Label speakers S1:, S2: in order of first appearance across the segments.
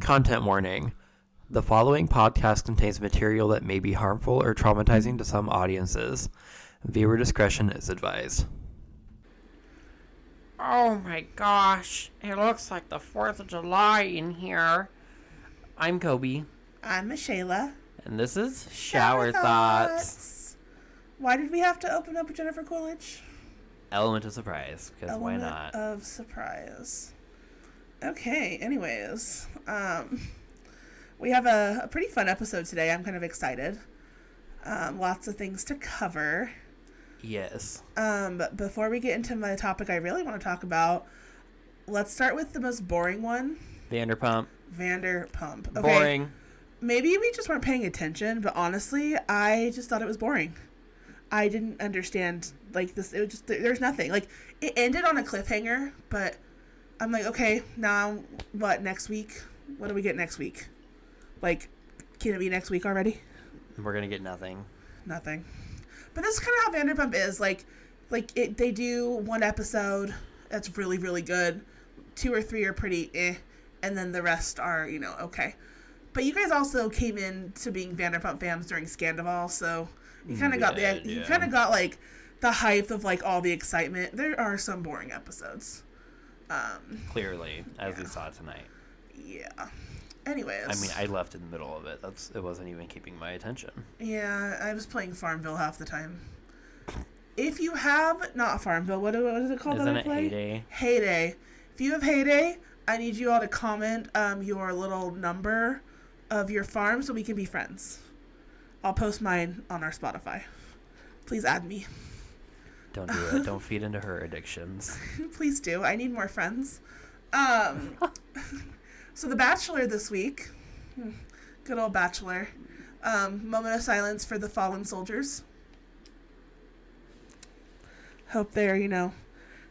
S1: Content warning. The following podcast contains material that may be harmful or traumatizing to some audiences. Viewer discretion is advised.
S2: Oh my gosh, it looks like the 4th of July in here.
S1: I'm Kobe,
S3: I'm Michaela.
S1: and this is Shower Thoughts.
S3: Why did we have to open up with Jennifer Coolidge?
S1: Element of surprise, because why
S3: Element
S1: not?
S3: Of surprise. Okay. Anyways, um, we have a, a pretty fun episode today. I'm kind of excited. Um, lots of things to cover.
S1: yes.
S3: Um, but before we get into my topic, I really want to talk about. Let's start with the most boring one,
S1: Vanderpump.
S3: Vanderpump. Okay.
S1: Boring.
S3: maybe we just weren't paying attention but honestly i just thought it was boring i didn't understand like this it was just there- there's nothing like it ended on a cliffhanger but i'm like okay now what next week what do we get next week like can it be next week already
S1: We're going to get nothing.
S3: nothing but that's kind of how vanderpump is like like it they do one episode that's really really good two or three are pretty eh and then the rest are you know okay but you guys also came in to being vanderpump fans during scandival so you kind of got the
S1: Yeah,
S3: you
S1: Mm, yeah.
S3: kind of got like the hype of like all the excitement there are some boring episodes um
S1: Clearly, as we saw tonight.
S3: yeah anyways
S1: I mean, I left in the middle of it. That's It wasn't even keeping my attention.
S3: Yeah, I was playing Farmville half the time. If you have not Farmville, what, what is it called?
S1: Isn't
S3: that I
S1: it
S3: play?
S1: Heyday?
S3: Heyday. If you have Heyday, I need you all to comment um, your little number of your farm so we can be friends. I'll post mine on our Spotify. Please add me.
S1: Don't do it. Don't feed into her addictions.
S3: Please do. I need more friends. Um, so The Bachelor this week. hmm, Good old Bachelor. Um, moment of silence for the fallen soldiers. Hope they're, you know,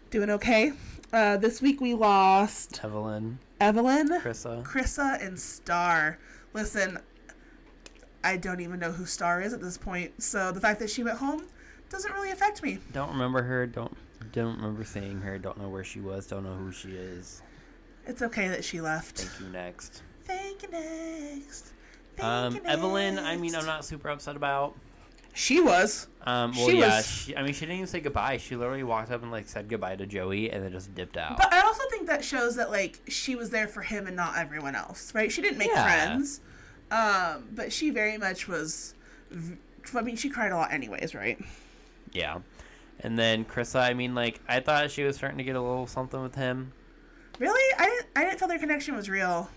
S3: doing okay. Uh, this week we lost
S1: Evelyn,
S3: Evelyn,
S1: Krissa.
S3: Krissa, and Star. Listen, I don't even know who Star is at this point, so the fact that she went home doesn't really affect me.
S1: Don't remember her. Don't don't remember seeing her. Don't know where she was. Don't know who she is.
S3: It's okay that she left.
S1: Thank you. Next.
S3: Thank you next. Thank
S1: Um,
S3: you
S1: Evelyn. I mean, I'm
S3: next.
S1: not super upset about.
S3: She was.
S1: Um, well,
S3: She
S1: yeah.
S3: was-
S1: She, I mean, she didn't even say goodbye. She literally walked up and like said goodbye to Joey, and then just dipped out.
S3: But I also think that shows that like she was there for him and not everyone else, right? She didn't make
S1: Yeah.
S3: friends, um, but she very much was. v- I mean, she cried a lot, anyways, right?
S1: yeah. And then Krissa. I mean, like I thought she was starting to get a little something with him.
S3: Really, I didn't. I didn't feel their connection was real.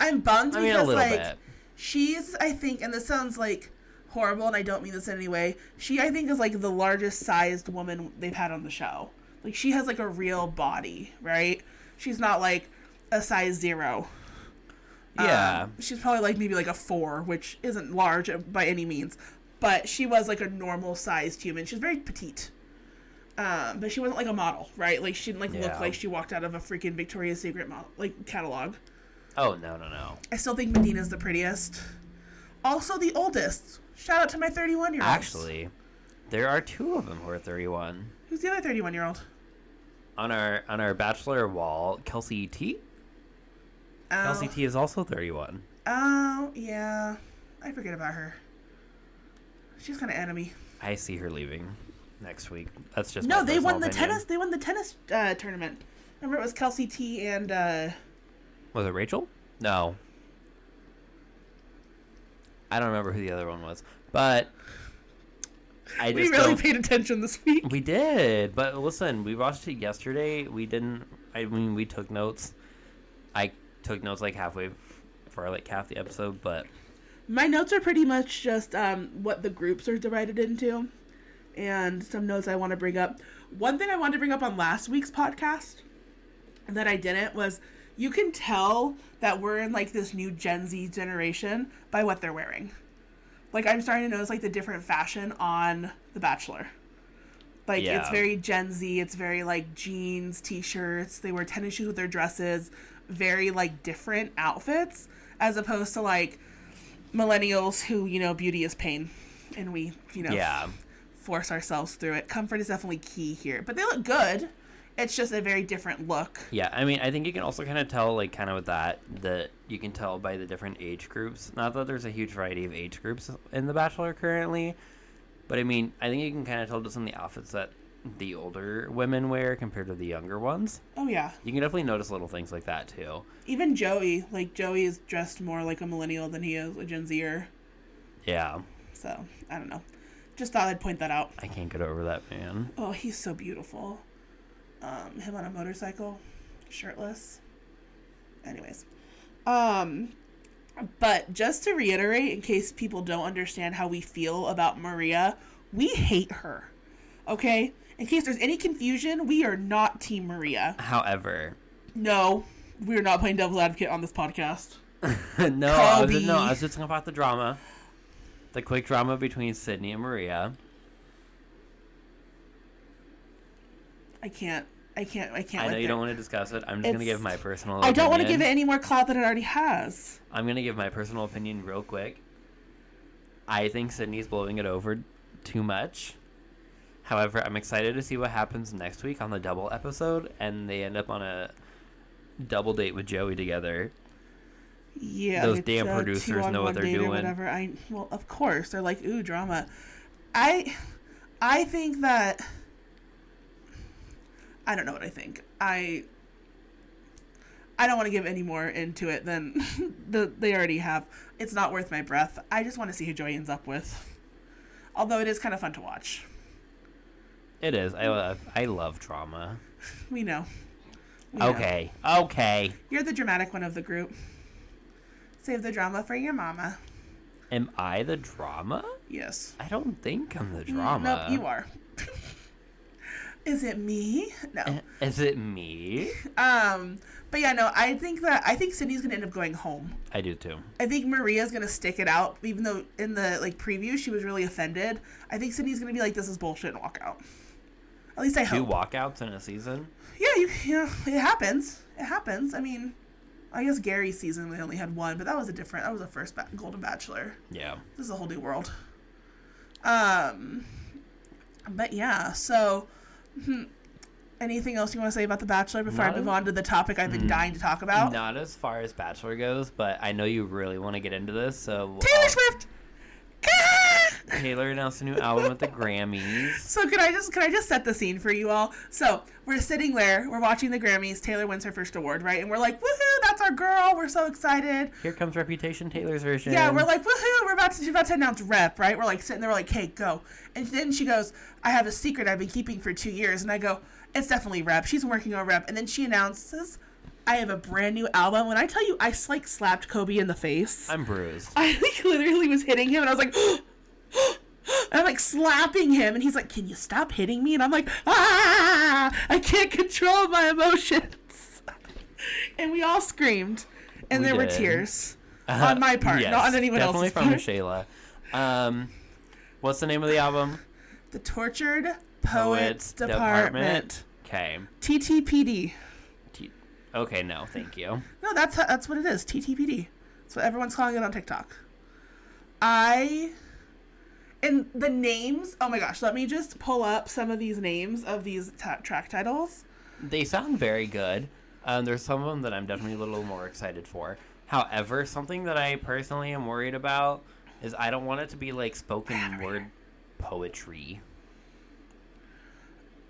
S3: I'm bummed
S1: I mean,
S3: because
S1: a little
S3: like
S1: bit.
S3: she's, I think, and this sounds like horrible, and I don't mean this in any way. She, I think, is like the largest sized woman they've had on the show. Like she has like a real body, right? She's not like a size zero.
S1: Yeah.
S3: Um, she's probably like maybe like a four, which isn't large by any means, but she was like a normal sized human. She's very petite. Um, but she wasn't like a model, right? Like she didn't like
S1: Yeah.
S3: look like she walked out of a freaking Victoria's Secret model like catalog.
S1: oh no no no.
S3: I still think Medina's the prettiest. Also the oldest. Shout out to my 31 year old.
S1: Actually, there are two of them who are 31
S3: Who's the other 31 year old?
S1: on our on our bachelor wall. Kelsey E T. Kelsey E
S3: Oh,
S1: T. is also 31.
S3: oh, yeah. I forget about her. She's kind of enemy.
S1: I see her leaving next week. That's just
S3: No,
S1: my
S3: they
S1: personal
S3: won the
S1: opinion.
S3: tennis. They won the tennis uh, tournament. Remember, it was Kelsey T and uh,
S1: Was it Rachel? No, I don't remember who the other one was, but I
S3: we
S1: just
S3: really
S1: don't-
S3: paid attention this week.
S1: we did. But listen, we watched it yesterday. We didn't. I mean, we took notes. I took notes like halfway f- for like half the episode, but
S3: My notes are pretty much just um, what the groups are divided into, and some notes I want to bring up. One thing I wanted to bring up on last week's podcast that I didn't was you can tell that we're in like this new Gen Z generation by what they're wearing. Like I'm starting to notice like the different fashion on The Bachelor. Like it's
S1: Yeah.
S3: very Gen Z. It's very like jeans, t-shirts. They wear tennis shoes with their dresses. Very like different outfits as opposed to like millennials who you know beauty is pain, and we you know
S1: yeah,
S3: force ourselves through it. Comfort is definitely key here, but they look good. It's just a very different look.
S1: Yeah, I mean, I think you can also kind of tell, like, kind of with that, that you can tell by the different age groups. Not that there's a huge variety of age groups in The Bachelor currently, but I mean, I think you can kind of tell just in the outfits that the older women wear compared to the younger ones.
S3: Oh yeah.
S1: You can definitely notice little things like that, too.
S3: Even Joey, like Joey is dressed more like a millennial than he is a Gen Zer.
S1: Yeah,
S3: So I don't know. Just thought I'd point that out.
S1: I can't get over that, man.
S3: Oh, he's so beautiful. Um, him on a motorcycle, shirtless. Anyways, um, but just to reiterate, in case people don't understand how we feel about Maria, we hate her. Okay. In case there's any confusion, we are not Team Maria.
S1: However,
S3: No, we are not playing devil's advocate on this podcast.
S1: no, I was,
S3: Kobe.
S1: no, I was just talking about the drama, the quick drama between Sydney and Maria.
S3: I can't. I can't. I can't.
S1: I
S3: with
S1: know you
S3: it.
S1: don't want to discuss it. I'm just gonna
S3: It's-
S1: give my personal.
S3: I don't want to
S1: opinion.
S3: give it any more clout than it already has.
S1: I'm gonna give my personal opinion real quick. I think Sydney's blowing it over too much. However, I'm excited to see what happens next week on the double episode, and they end up on a double date with Joey together.
S3: Yeah, uh,
S1: Those
S3: it's
S1: damn
S3: a
S1: producers
S3: two-on-one
S1: know what they're
S3: date or
S1: doing.
S3: Whatever. I well, of course they're like, ooh, drama. I, I think that. I don't know what I think. I. I don't want to give any more into it than the, they already have. It's not worth my breath. I just want to see who Joey ends up with. Although it is kind of fun to watch.
S1: It is. I love. I love drama.
S3: We know. We know.
S1: Okay. Okay.
S3: You're the dramatic one of the group. Save the drama for your mama.
S1: Am I the drama?
S3: Yes.
S1: I don't think I'm the
S3: Mm,
S1: drama.
S3: Nope, you are. Is it me? No.
S1: Eh, Is it me?
S3: Um, but yeah, no, I think that I think Sydney's gonna end up going home.
S1: I do too.
S3: I think Maria's gonna stick it out, even though in the like preview she was really offended. I think Sydney's gonna be like, "This is bullshit," and walk out. At least I
S1: Two
S3: hope.
S1: walkouts in a season.
S3: Yeah, you, yeah, it happens. It happens. I mean, I guess Gary's season they only had one, but that was a different. That was the first ba- Golden Bachelor.
S1: Yeah.
S3: this is a whole new world. Um, but yeah. So, hmm, anything else you want to say about The Bachelor before I
S1: No.
S3: move on to the topic I've been
S1: Mm.
S3: dying to talk about?
S1: Not as far as Bachelor goes, but I know you really want to get into this. So
S3: Taylor Swift. Ah!
S1: Taylor announced a new album at the Grammys.
S3: So can I just can I just set the scene for you all? So we're sitting there, we're watching the Grammys. Taylor wins her first award, right? And we're like, woohoo! That's our girl. We're so excited.
S1: Here comes Reputation, Taylor's version.
S3: Yeah, we're like, woohoo, we're about to she's about to announce rep, right? We're like sitting there, we're like, hey, go. And then she goes, I have a secret I've been keeping for two years. And I go, it's definitely rep. She's working on rep. And then she announces, I have a brand new album. When I tell you, I like slapped Kobe in the face.
S1: I'm bruised.
S3: I like literally was hitting him, and I was like, and I'm like slapping him, and he's like, "Can you stop hitting me?" And I'm like, "Ah, I can't control my emotions," and we all screamed, and
S1: We
S3: there were
S1: did.
S3: tears on my part, not on anyone
S1: definitely
S3: else's part.
S1: Definitely from Shayla. Um, what's the name of the album?
S3: The tortured poets, Oh, department.
S1: Okay.
S3: TTPD.
S1: T- okay. No, thank you.
S3: No, that's how, that's what it is. TTPD. That's what everyone's calling it on TikTok. I and the names. Oh my gosh, let me just pull up some of these names of these ta track titles.
S1: They sound very good. Um, there's some of them that I'm definitely a little more excited for. However, something that I personally am worried about is I don't want it to be like spoken word poetry.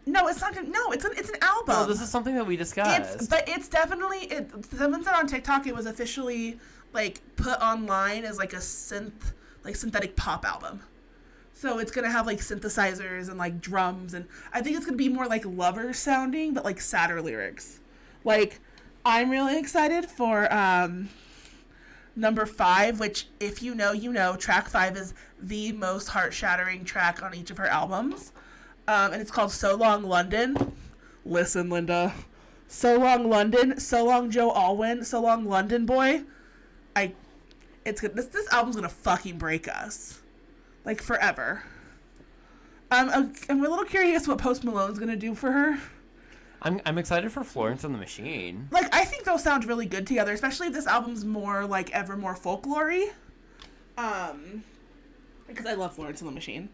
S3: No, it's not. gonna No, it's an it's an album.
S1: No, this is something that we discussed.
S3: It's but it's definitely it. Someone said on TikTok it was officially like put online as like a synth like synthetic pop album. So it's gonna have like synthesizers and like drums and I think it's gonna be more like lover sounding but like sadder lyrics. Like I'm really excited for um number five, which if you know you know, track five is the most heart shattering track on each of her albums. Um, and it's called So Long London. Listen, Linda. So long, London. So long, Joe Alwyn. So long, London boy. I, it's good. This this album's gonna fucking break us, like forever. Um, I'm, I'm a little curious what Post Malone's gonna do for her.
S1: I'm, I'm excited for Florence and the Machine.
S3: Like, I think they'll sound really good together, especially if this album's more like Evermore folklory. Um, because I love Florence and the Machine.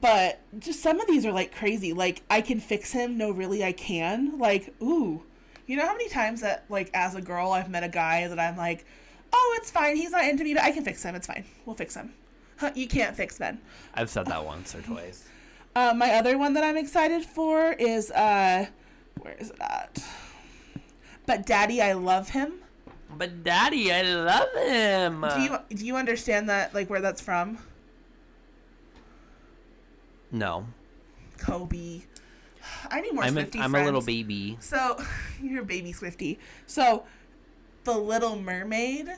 S3: but just some of these are like crazy. Like I can fix him. No, really, I can. Like ooh, you know how many times that like as a girl I've met a guy that I'm like, oh, it's fine. He's not into me, but I can fix him. It's fine. We'll fix him. Huh, you can't fix men.
S1: I've said that once or twice.
S3: Uh, my other one that I'm excited for is uh, where is it at? But Daddy, I love him.
S1: But Daddy, I love him.
S3: Do you do you understand that like where that's from?
S1: No,
S3: Kobe. I need more
S1: I'm a,
S3: Swifty
S1: I'm a little
S3: friends.
S1: baby.
S3: So you're a baby Swifty. So the Little Mermaid.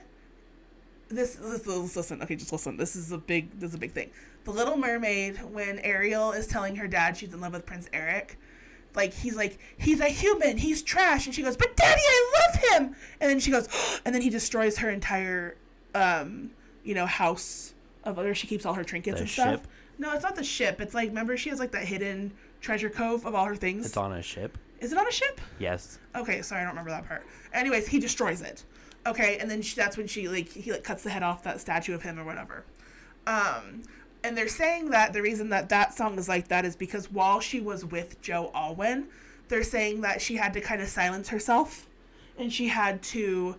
S3: This, this, this listen. Okay, just listen. This is a big this is a big thing. The Little Mermaid when Ariel is telling her dad she's in love with Prince Eric. Like he's like he's a human, he's trash, and she goes, "But Daddy, I love him." And then she goes, and then he destroys her entire, um, you know, house of where she keeps all her trinkets
S1: The
S3: and stuff.
S1: ship?
S3: No, it's not the ship. It's like remember she has like that hidden treasure cove of all her things.
S1: It's on a ship.
S3: Is it on a ship?
S1: Yes.
S3: Okay, sorry, I don't remember that part. Anyways, he destroys it. Okay, and then she, that's when she like he like cuts the head off that statue of him or whatever. Um, and they're saying that the reason that that song is like that is because while she was with Joe Alwyn, they're saying that she had to kind of silence herself, and she had to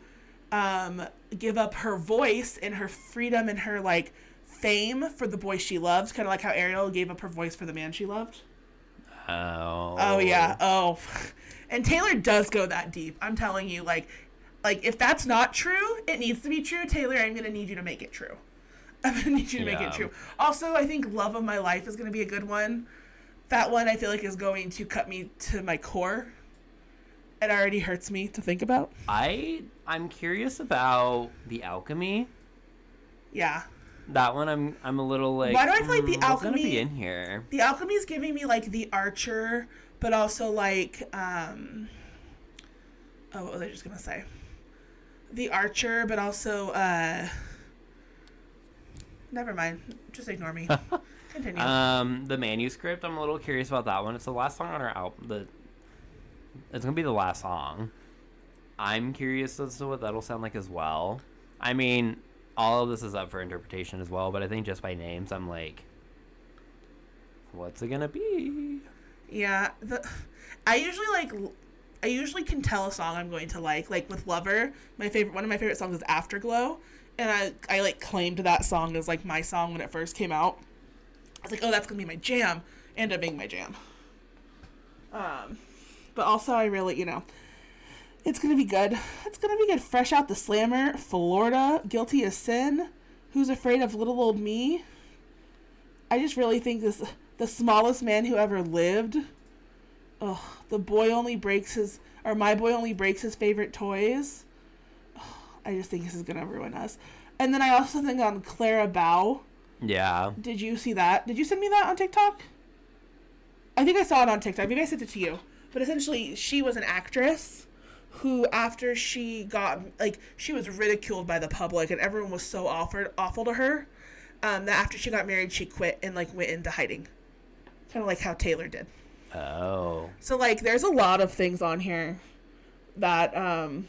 S3: um, give up her voice and her freedom and her like fame for the boy she loved, kind of like how Ariel gave up her voice for the man she loved.
S1: Oh.
S3: Oh yeah. Oh. And Taylor does go that deep. I'm telling you like like if that's not true, it needs to be true. Taylor, I'm going to need you to make it true. I'm going to need you to make
S1: Yeah.
S3: it true. Also, I think Love of My Life is going to be a good one. That one I feel like is going to cut me to my core. It already hurts me to think about.
S1: I I'm curious about the alchemy.
S3: Yeah.
S1: That one I'm I'm a little like.
S3: Why do I feel like the
S1: "Hmm, what's gonna
S3: alchemy-
S1: be in here?
S3: The Alchemy is giving me like the Archer, but also like um oh what was I just gonna say? The Archer, but also uh never mind. Just ignore me. Continue.
S1: Um, the manuscript. I'm a little curious about that one. It's the last song on our album. The it's gonna be the last song. I'm curious as to what that'll sound like as well. I mean, all of this is up for interpretation as well. But I think just by names, I'm like, what's it gonna be?
S3: yeah. The I usually like l- I usually can tell a song I'm going to like. Like with Lover, my favorite one of my favorite songs is Afterglow. And I I like claimed that song as like my song when it first came out. I was like, oh that's gonna be my jam. Ended up being my jam. Um, but also, I really, you know, it's gonna be good. It's gonna be good. Fresh out the slammer, Florida, guilty as sin. Who's afraid of little old me? I just really think this the smallest man who ever lived. Ugh, the boy only breaks his or my boy only breaks his favorite toys. Ugh, I just think this is gonna ruin us. And then I also think on Clara Bow.
S1: Yeah.
S3: Did you see that? Did you send me that on TikTok? I think I saw it on TikTok. Maybe I sent it to you. But essentially, she was an actress who, after she got like, she was ridiculed by the public, and everyone was so awful, awful to her um, that after she got married, she quit and like went into hiding, kind of like how Taylor did.
S1: Oh.
S3: So like there's a lot of things on here that um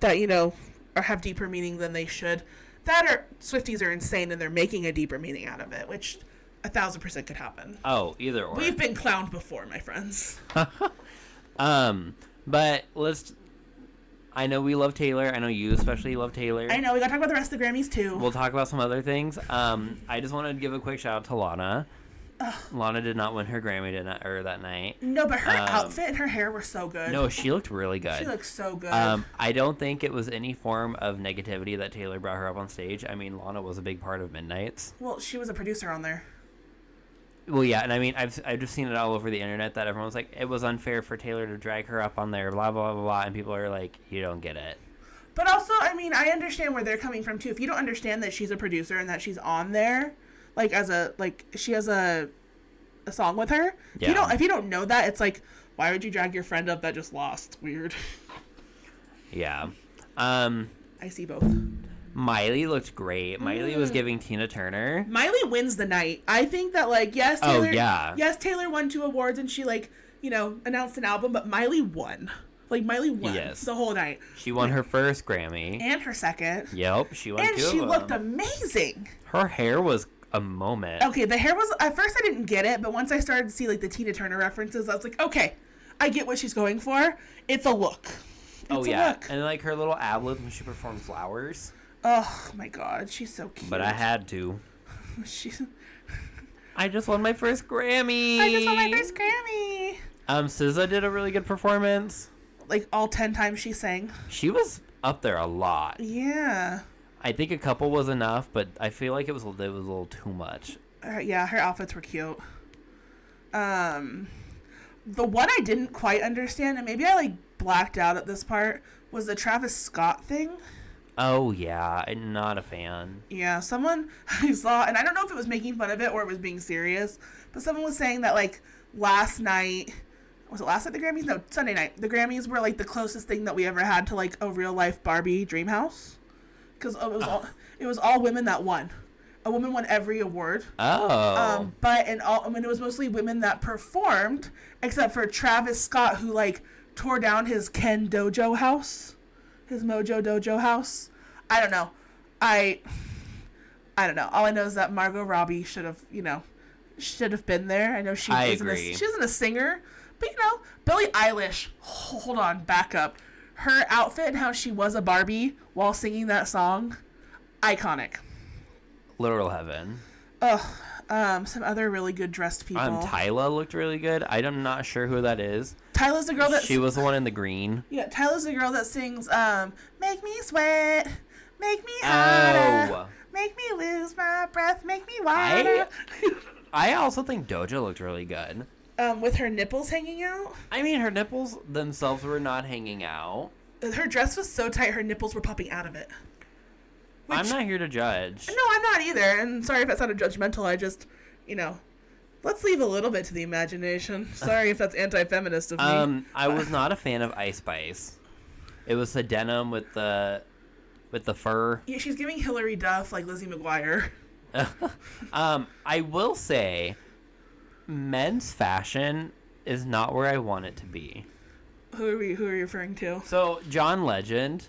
S3: that you know are have deeper meaning than they should. That are Swifties are insane and they're making a deeper meaning out of it, which a thousand percent could happen.
S1: Oh, either or.
S3: We've been clowned before, my friends.
S1: Um, but let's. I know we love Taylor. I know you especially love Taylor.
S3: I know, we gotta talk about the rest of the Grammys too.
S1: We'll talk about some other things. Um, I just want to give a quick shout out to Lana. Lana did not win her Grammy tonight or that night.
S3: no, but her
S1: um,
S3: outfit and her hair were so good.
S1: No, she looked really good.
S3: she looks so good.
S1: um, I don't think it was any form of negativity that Taylor brought her up on stage. I mean, Lana was a big part of Midnight's.
S3: well, she was a producer on there.
S1: Well, yeah, and I mean, I've I've just seen it all over the internet that everyone's like, it was unfair for Taylor to drag her up on there, blah blah blah, blah and people are like, you don't get it.
S3: But also, I mean, I understand where they're coming from too. If you don't understand that she's a producer and that she's on there, like as a like she has a a song with her. If you
S1: Yeah.
S3: don't if you don't know that, it's like why would you drag your friend up that just lost? Weird.
S1: Yeah. Um,
S3: I see both.
S1: Miley looked great. Miley
S3: Mm.
S1: was giving Tina Turner.
S3: Miley wins the night. I think that like yes,
S1: Oh,
S3: Taylor.
S1: yeah.
S3: Yes, Taylor won two awards and she like you know announced an album, but Miley won. Like Miley won
S1: Yes.
S3: the whole night
S1: She won her first Grammy.
S3: and her second.
S1: Yep, she won
S3: and
S1: two
S3: she
S1: of
S3: looked
S1: them.
S3: amazing.
S1: Her hair was a moment.
S3: Okay, the hair was at first I didn't get it, but once I started to see like the Tina Turner references, I was like, okay, I get what she's going for. It's a look. It's
S1: oh
S3: a
S1: yeah,
S3: look.
S1: and like her little ad lib when she performed flowers.
S3: Oh my god, she's so cute.
S1: But I had to.
S3: She's,
S1: I just won my first Grammy.
S3: I just won my first Grammy.
S1: Um, SZA did a really good performance.
S3: Like all ten times she sang.
S1: She was up there a lot.
S3: Yeah.
S1: I think a couple was enough, but I feel like it was it was a little too much.
S3: Her- Uh, yeah, her outfits were cute. Um, the one I didn't quite understand, and maybe I like blacked out at this part, was the Travis Scott thing.
S1: Oh yeah, I'm not a fan.
S3: Yeah, someone I saw, and I don't know if it was making fun of it or it was being serious, but someone was saying that like last night. Was it last night the Grammys? No, Sunday night. The Grammys were like the closest thing that we ever had to like a real life Barbie dream house, because it was all it was all women that won. A woman won every award.
S1: Oh,
S3: Um, but in all, I mean, it was mostly women that performed, except for Travis Scott, who like tore down his Ken Dojo house, his Mojo Dojo house. I don't know. I, I don't know. All I know is that Margot Robbie should have, you know, should have been there. I know she
S1: I
S3: isn't. A,
S1: agree.
S3: she isn't a singer, but you know, Billie Eilish. Hold on, back up. Her outfit and how she was a Barbie while singing that song, iconic.
S1: literal heaven.
S3: Ugh. Um, some other really good dressed people.
S1: Um, Tyla looked really good. I'm not sure who that is.
S3: Tyla's the girl that
S1: She was the one in the green.
S3: yeah. Tyla's the girl that sings um, "Make me sweat, make me hotter,
S1: Oh,
S3: make me lose my breath, make me wider."
S1: I also think Doja looked really good.
S3: um, with her nipples hanging out,
S1: I mean, her nipples themselves were not hanging out.
S3: uh, her dress was so tight her nipples were popping out of it. Which,
S1: I'm not here to judge.
S3: No, I'm not either. And sorry if that sounded judgmental. I just, you know, let's leave a little bit to the imagination. Sorry if that's anti-feminist of me.
S1: Um, I was not a fan of Ice Spice. It was the denim with the with the fur.
S3: yeah, she's giving Hillary Duff like Lizzie McGuire.
S1: um, I will say, men's fashion is not where I want it to be.
S3: Who are we? Who are you referring to?
S1: So John Legend,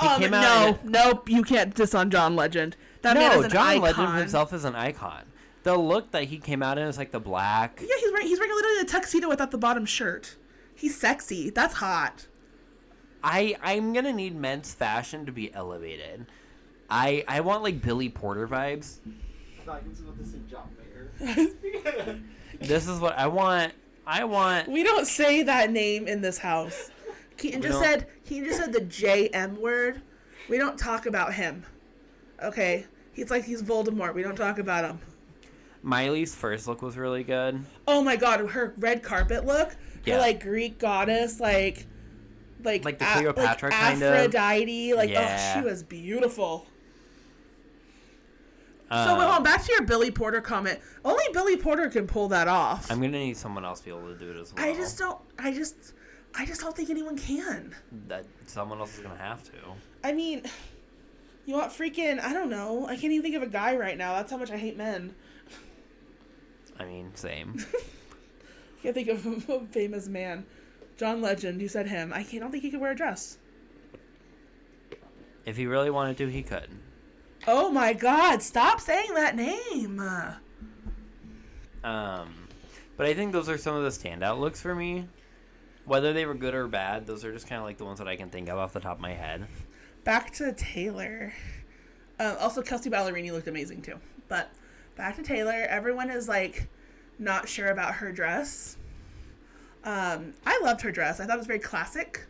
S1: he
S3: Um,
S1: came
S3: no,
S1: out.
S3: nope, you can't diss on John Legend. That
S1: in-
S3: man is
S1: no,
S3: an
S1: John
S3: icon.
S1: Legend himself is an icon. The look that he came out in is like the black.
S3: Yeah, he's wearing, he's wearing literally a tuxedo without the bottom shirt. He's sexy. That's hot.
S1: I I'm gonna need men's fashion to be elevated. I I want like Billy Porter vibes. This is what I want. I want.
S3: we don't say that name in this house. Keaton
S1: We
S3: just
S1: don't.
S3: said Keaton just said the J M word. We don't talk about him. Okay, he's like he's Voldemort. We don't talk about him.
S1: Miley's first look was really good.
S3: Oh my God, her red carpet look.
S1: Yeah.
S3: Her like Greek goddess, like like
S1: Like the
S3: a- like
S1: Cleopatra kind of.
S3: Aphrodite. Like
S1: Yeah.
S3: oh, she was beautiful. So
S1: Uh,
S3: wait, hold on, back to your Billy Porter comment. Only Billy Porter can pull that off.
S1: I'm gonna need someone else to be able to do it as well.
S3: I just don't. I just. I just don't think anyone can.
S1: that someone else is gonna have to.
S3: I mean, you want freaking? I don't know. I can't even think of a guy right now. That's how much I hate men.
S1: I mean, same.
S3: I can't think of a famous man. John Legend. You said him. I can't. I don't think he could wear a dress.
S1: if he really wanted to, he could.
S3: Oh my God! Stop saying that name. Uh,
S1: Um, but I think those are some of the standout looks for me. Whether they were good or bad, those are just kind of like the ones that I can think of off the top of my head.
S3: Back to Taylor. Uh, also, Kelsey Ballerini looked amazing too. But back to Taylor. Everyone is like not sure about her dress. Um, I loved her dress. I thought it was very classic,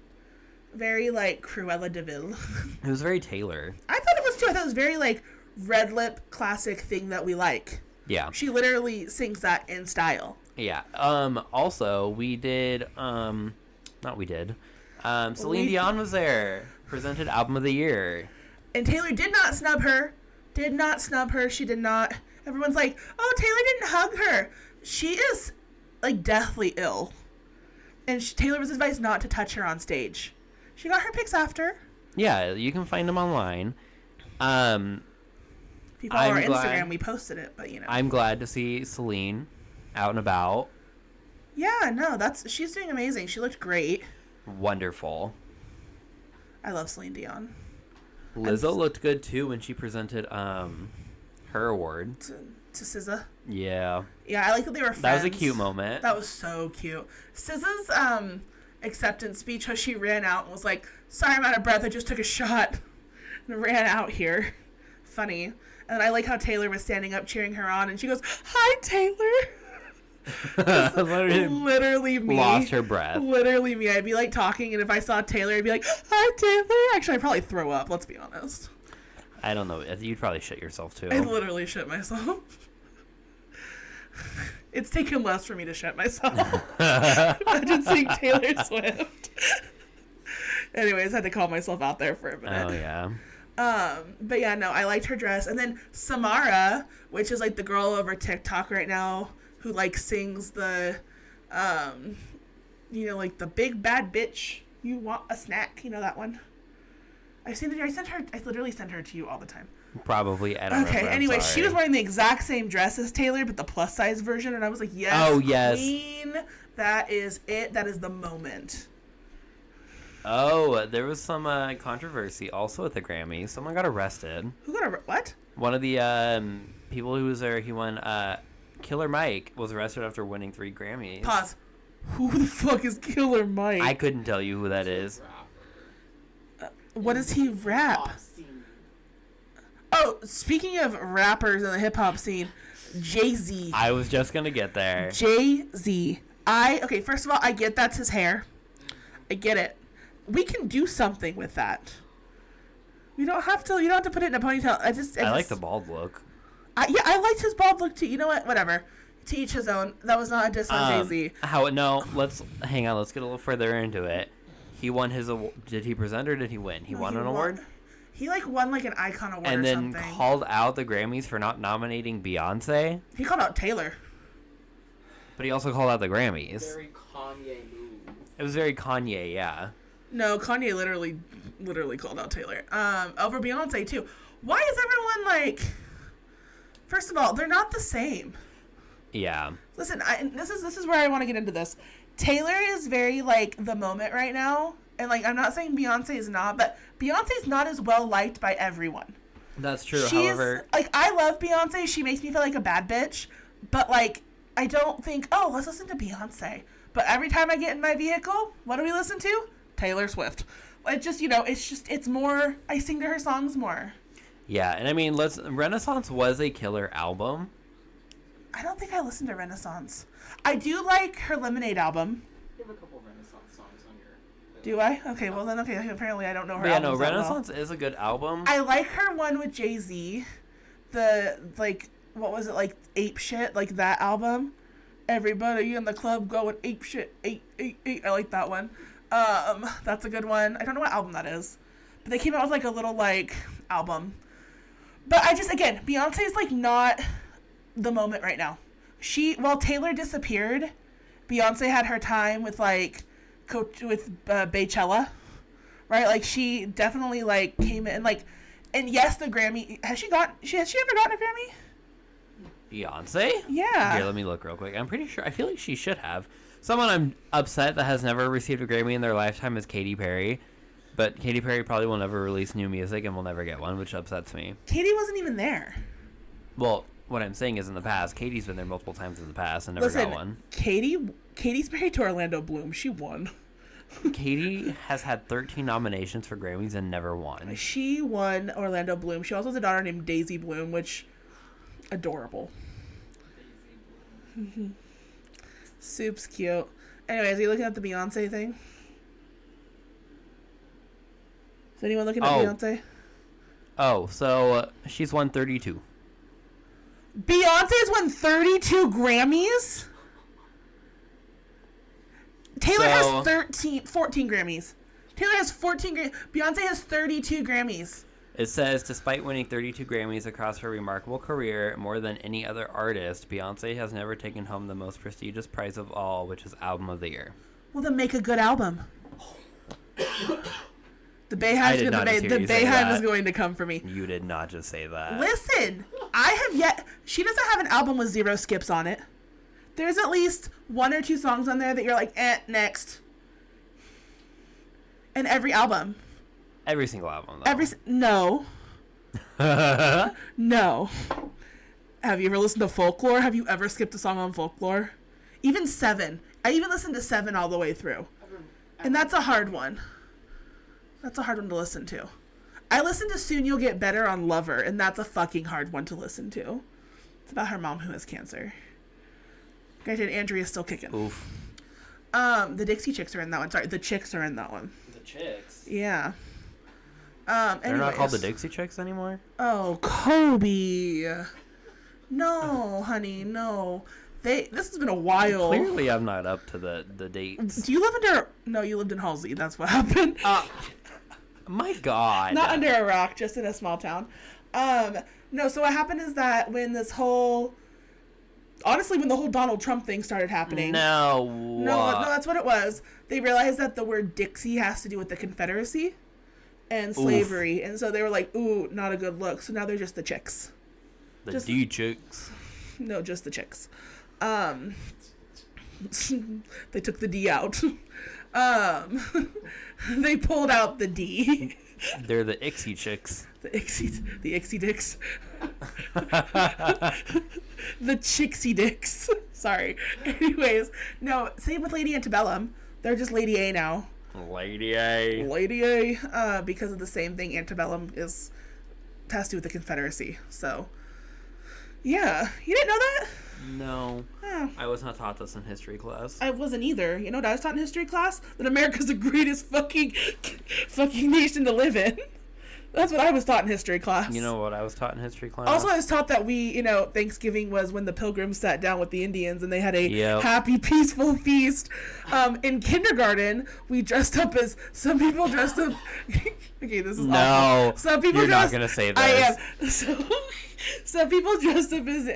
S3: very like Cruella De Vil.
S1: It was very Taylor.
S3: I thought it was too. I thought it was very like red lip classic thing that we like.
S1: Yeah,
S3: She literally sings that in style.
S1: yeah. Um, also we did. Um, not we did. Um, Celine
S3: We-
S1: Dion was there. Presented album of the year.
S3: And Taylor did not snub her. Did not snub her. She did not. Everyone's like, oh, Taylor didn't hug her. She is like deathly ill. And she, Taylor was advised not to touch her on stage. She got her pics after.
S1: Yeah, you can find him online. Um,
S3: If you follow
S1: I'm
S3: our
S1: glad-
S3: Instagram, we posted it, but you know.
S1: I'm glad to see Celine out and about.
S3: yeah, no, that's she's doing amazing. She looked great.
S1: Wonderful.
S3: I love Celine Dion.
S1: Lizzo looked good too when she presented um her award.
S3: to, to SZA.
S1: Yeah,
S3: Yeah, I like that they were friends.
S1: that was a cute moment.
S3: That was so cute. SZA's um, acceptance speech, how she ran out and was like, "Sorry, I'm out of breath. I just took a shot and ran out here." Funny. And I like how Taylor was standing up cheering her on, and she goes, "Hi, Taylor."
S1: Literally
S3: Literally me.
S1: lost her breath.
S3: Literally me. I'd be like talking, and if I saw Taylor, I'd be like, "Hi, Taylor." Actually, I'd probably throw up. Let's be honest.
S1: I don't know. I think You'd probably shit yourself too.
S3: I literally shit myself. it's taken less for me to shit myself. Imagine seeing Taylor Swift. Anyways, I had to call myself out there for a minute.
S1: Oh yeah.
S3: Um, but yeah, no, I liked her dress. And then Samara, which is like the girl over TikTok right now who like sings the um you know, like the big bad bitch, you want a snack, you know that one. I've seen it. I sent her I literally send her to you all the time.
S1: Probably. I don't
S3: Okay.
S1: remember. Oh, I'm
S3: anyway, she
S1: sorry.
S3: was wearing the exact same dress as Taylor, but the plus size version, and I was like, "Yes,
S1: Oh, yes.
S3: queen, that is it. That is the moment."
S1: Oh, there was some uh, controversy also at the Grammys. Someone got arrested.
S3: Who got a what?
S1: One of the um, people who was there, he won. Uh, Killer Mike was arrested after winning three Grammys.
S3: Pause. Who the fuck is Killer Mike?
S1: I couldn't tell you who that is.
S3: what does he rap? Oh, speaking of rappers in the hip hop scene, Jay Z.
S1: I was just gonna get there.
S3: Jay Z. I okay. First of all, I get that's his hair. I get it. We can do something with that. We don't have to. You don't have to put it in a ponytail. I just. I,
S1: I like
S3: just-
S1: the bald look.
S3: I, yeah, I liked his bald look too. You know what? Whatever. To each his own. That was not a diss on
S1: Um,
S3: Jay Z.
S1: How? No, let's hang on. Let's get a little further into it. He won his award. Did he present or did he win? He won an award
S3: He like won like an icon award
S1: and
S3: or
S1: then
S3: something.
S1: called out the Grammys for not nominating Beyonce,
S3: he called out Taylor.
S1: but he also called out the Grammys.
S4: Very Kanye move.
S1: It was very Kanye, yeah.
S3: No, Kanye literally, literally called out Taylor. Um, over Beyonce too. Why is everyone like? First of all, they're not the same.
S1: Yeah.
S3: Listen, I, and this is this is where I want to get into this. Taylor is very like the moment right now, and like I'm not saying Beyonce is not, but Beyonce is not as well liked by everyone.
S1: That's true.
S3: She's
S1: However,
S3: like I love Beyonce. She makes me feel like a bad bitch, but like I don't think oh let's listen to Beyonce. But every time I get in my vehicle, what do we listen to? Taylor Swift. It just you know it's just it's more I sing to her songs more.
S1: yeah, and I mean, let's Renaissance was a killer album.
S3: I don't think I listen to Renaissance. I do like her Lemonade album.
S4: You have a couple Renaissance songs on your.
S3: Do I? Okay, well then okay apparently I don't know her.
S1: But yeah, no,
S3: albums that well.
S1: Renaissance is a good album.
S3: I like her one with Jay Z, the like what was it like ape shit like that album. Everybody in the club going ape shit, ape ape ape. I like that one. Um, that's a good one. I don't know what album that is, but they came out with like a little like album. But I just again, Beyonce is like not the moment right now. She while Taylor disappeared, Beyonce had her time with like coach with uh, Baychella right? Like she definitely like came in like, and yes, the Grammy has she got she has she ever gotten a Grammy?
S1: Beyonce?
S3: Yeah.
S1: Here, let me look real quick. I'm pretty sure. I feel like she should have. Someone I'm upset that has never received a Grammy in their lifetime is Katy Perry. But Katy Perry probably will never release new music and will never get one, which upsets me.
S3: Katie wasn't even there.
S1: Well, what I'm saying is in the past, Katie's been there multiple times in the past and never
S3: Listen,
S1: got one.
S3: Katie Katie's married to Orlando Bloom. She won.
S1: Katie has had 13 nominations for Grammys and never won.
S3: She won Orlando Bloom. She also has a daughter named Daisy Bloom, which adorable. Soup's cute. Anyways, are you looking at the Beyonce thing? Is anyone looking at
S1: Oh.
S3: Beyonce?
S1: Oh, so uh, she's won 32.
S3: Beyonce's won 32 Grammys. Taylor
S1: So-
S3: has 13, 14 Grammys. Taylor has 14 Grammys. Beyonce has 32 Grammys.
S1: It says, despite winning 32 Grammys across her remarkable career, more than any other artist, Beyonce has never taken home the most prestigious prize of all, which is Album of the Year.
S3: Well, then make a good album. The Bayhive,
S1: did
S3: the,
S1: not
S3: Bay,
S1: just hear
S3: the
S1: you say
S3: Bayhive
S1: that.
S3: is going to come for me.
S1: You did not just say that.
S3: Listen, I have yet. She doesn't have an album with zero skips on it. There's at least one or two songs on there that you're like, eh, next. And every album,
S1: Every single album, though.
S3: every s- no, No. Have you ever listened to folklore? Have you ever skipped a song on folklore? Even seven. I even listened to seven all the way through.
S4: I've been-
S3: And that's a hard one. That's a hard one to listen to. I listened to Soon You'll Get Better on Lover, and that's a fucking hard one to listen to. It's about her mom who has cancer. Granted, Andrea's still kicking.
S1: Oof.
S3: Um, the Dixie Chicks are in that one. Sorry, the Chicks are in that one.
S4: The chicks.
S3: Yeah. Um,
S1: They're not called the
S3: anyways.
S1: Dixie Chicks anymore.
S3: Oh, Kobe. No, honey, no. They. This has been a while.
S1: Clearly, I'm not up to the the dates. Uh,
S3: Do you live under? No, you lived in Halsey. That's what happened.
S1: Oh, My God.
S3: Not under a rock, just in a small town. Um, no. So what happened is that when this whole, honestly, when the whole Donald Trump thing started happening.
S1: No. Uh,
S3: No, no, that's what it was. They realized that the word Dixie has to do with the Confederacy and slavery. And so they were like, ooh, not a good look. So now they're just the chicks.
S1: the
S3: just-
S1: D Chicks.
S3: No, just the chicks. Um, they took the D out. Um, they pulled out the D.
S1: They're the Ixie Chicks.
S3: The Ixie, the Ixie Dicks.
S1: I
S3: the Chixie Dicks. Sorry. Anyways, no, same with Lady Antebellum. They're just Lady A now.
S1: Lady A.
S3: Lady A, uh, because of the same thing, antebellum is has to do with the Confederacy. So, yeah, you didn't know that?
S1: No,
S3: Oh,
S1: I was not taught this in history class.
S3: I wasn't either. You know what I was taught in history class? That America's the greatest fucking fucking nation to live in. That's what I was taught in history class.
S1: You know what I was taught in history class?
S3: Also, I was taught that we, you know, Thanksgiving was when the pilgrims sat down with the Indians and they had a
S1: Yep.
S3: happy, peaceful feast. Um, in kindergarten, we dressed up as some people dressed up. okay, this is
S1: No,
S3: awful. Some people
S1: you're not
S3: dressed-
S1: gonna say
S3: I
S1: this.
S3: am. So, some people dressed up as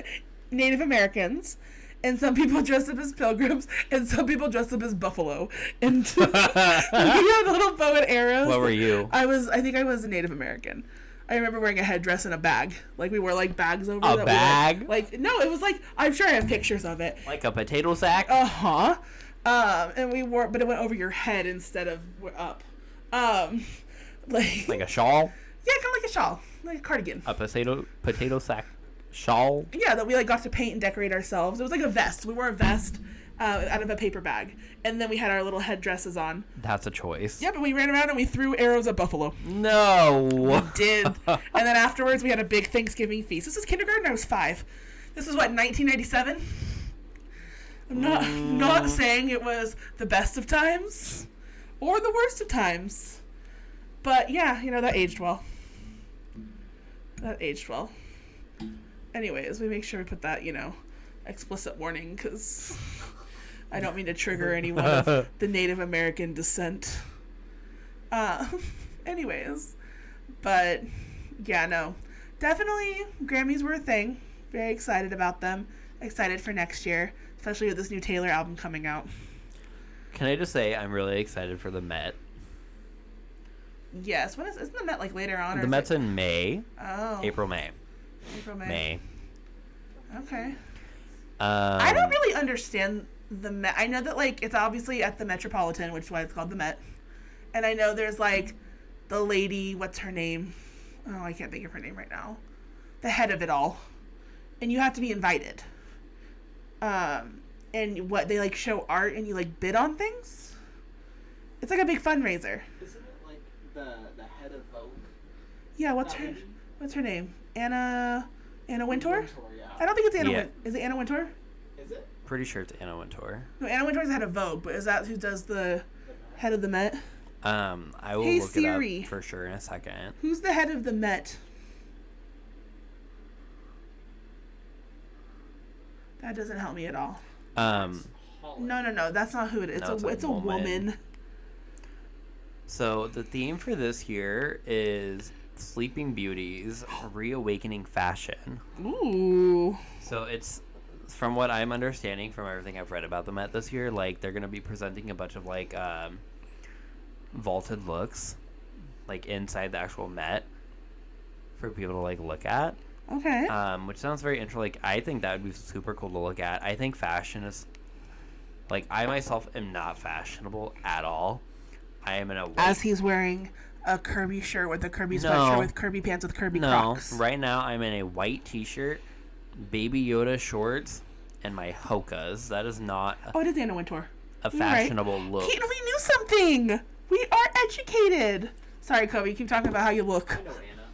S3: Native Americans. And some people dressed up as pilgrims, and some people dressed up as buffalo. And we had little bow and arrows.
S1: What were you?
S3: I was. I think I was a Native American. I remember wearing a headdress and a bag. Like we wore like bags over.
S1: A
S3: that we, like-
S1: bag?
S3: like, no, it was like I'm sure I have pictures of it.
S1: like a potato sack?
S3: Uh huh. Um, and we wore, but it went over your head instead of w- up. Um, like,
S1: like a shawl?
S3: yeah, kind of like a shawl, like a cardigan.
S1: A potato potato sack shawl?
S3: Yeah, that we like got to paint and decorate ourselves. It was like a vest. We wore a vest uh, out of a paper bag, and then we had our little headdresses on.
S1: That's a choice.
S3: Yep, and we ran around and we threw arrows at buffalo.
S1: No.
S3: did. and then afterwards, we had a big Thanksgiving feast. This is kindergarten. I was five. This is what 1997. I'm not not saying it was the best of times or the worst of times, but yeah, you know that aged well. That aged well. Anyways, we make sure we put that you know explicit warning because I don't mean to trigger anyone of the Native American descent. Uh, anyways, but yeah, no. Definitely Grammys were a thing. Very excited about them. Excited for next year, especially with this new Taylor album coming out.
S1: Can I just say I'm really excited for the Met?
S3: Yes, when is isn't the Met like later on? or
S1: The
S3: is
S1: Met's
S3: it-
S1: in May,
S3: oh
S1: April, May,
S3: April, May.
S1: May.
S3: Okay,
S1: Um,
S3: I don't really understand the Met. I know that like it's obviously at the Metropolitan, which is why it's called the Met. And I know there's like the lady, what's her name? Oh, I can't think of her name right now. The head of it all, and you have to be invited. Um, and what they like show art and you like bid on things. It's like a big fundraiser.
S4: Isn't it like the the head of Vogue?
S3: Yeah, what's
S4: That
S3: her?
S4: lady?
S3: What's her name? Anna. Anna Wintour.
S4: yeah.
S3: I don't think it's Anna.
S1: Yeah.
S3: Win- is it Anna Wintour?
S4: Is it?
S1: Um, Pretty sure it's Anna Wintour.
S3: No, Anna Wintour's the head of Vogue, but is that who does the head of the Met?
S1: Um, I will
S3: Hey,
S1: look
S3: Siri.
S1: it up for sure in a second.
S3: Who's the head of the Met? That doesn't help me at all.
S1: Um,
S3: Hmm. No, no, no. That's not who it is. It's,
S1: No,
S3: a,
S1: it's
S3: it's,
S1: a
S3: a,
S1: woman.
S3: woman.
S1: so the theme for this year is Sleeping Beauty's reawakening fashion.
S3: Ooh.
S1: So it's from what I'm understanding from everything I've read about the Met this year, like they're gonna be presenting a bunch of like um, vaulted looks, like inside the actual Met, for people to like look at.
S3: Okay.
S1: um, which sounds very interesting. Like I think that would be super cool to look at. I think fashion is like I myself am not fashionable at all. I am in a
S3: As he's wearing a Kirby shirt with a Kirby
S1: No.
S3: sweatshirt with Kirby pants with Kirby
S1: no
S3: Crocs.
S1: right now. I'm in a white T-shirt Baby Yoda shorts and my Hokas. That is not a-
S3: Oh, it is Anna Wintour.
S1: a
S3: You're right.
S1: fashionable look.
S3: Keaton, we knew something. We are educated. Sorry, Kobe. Keep talking about how you look.
S4: I know Anna.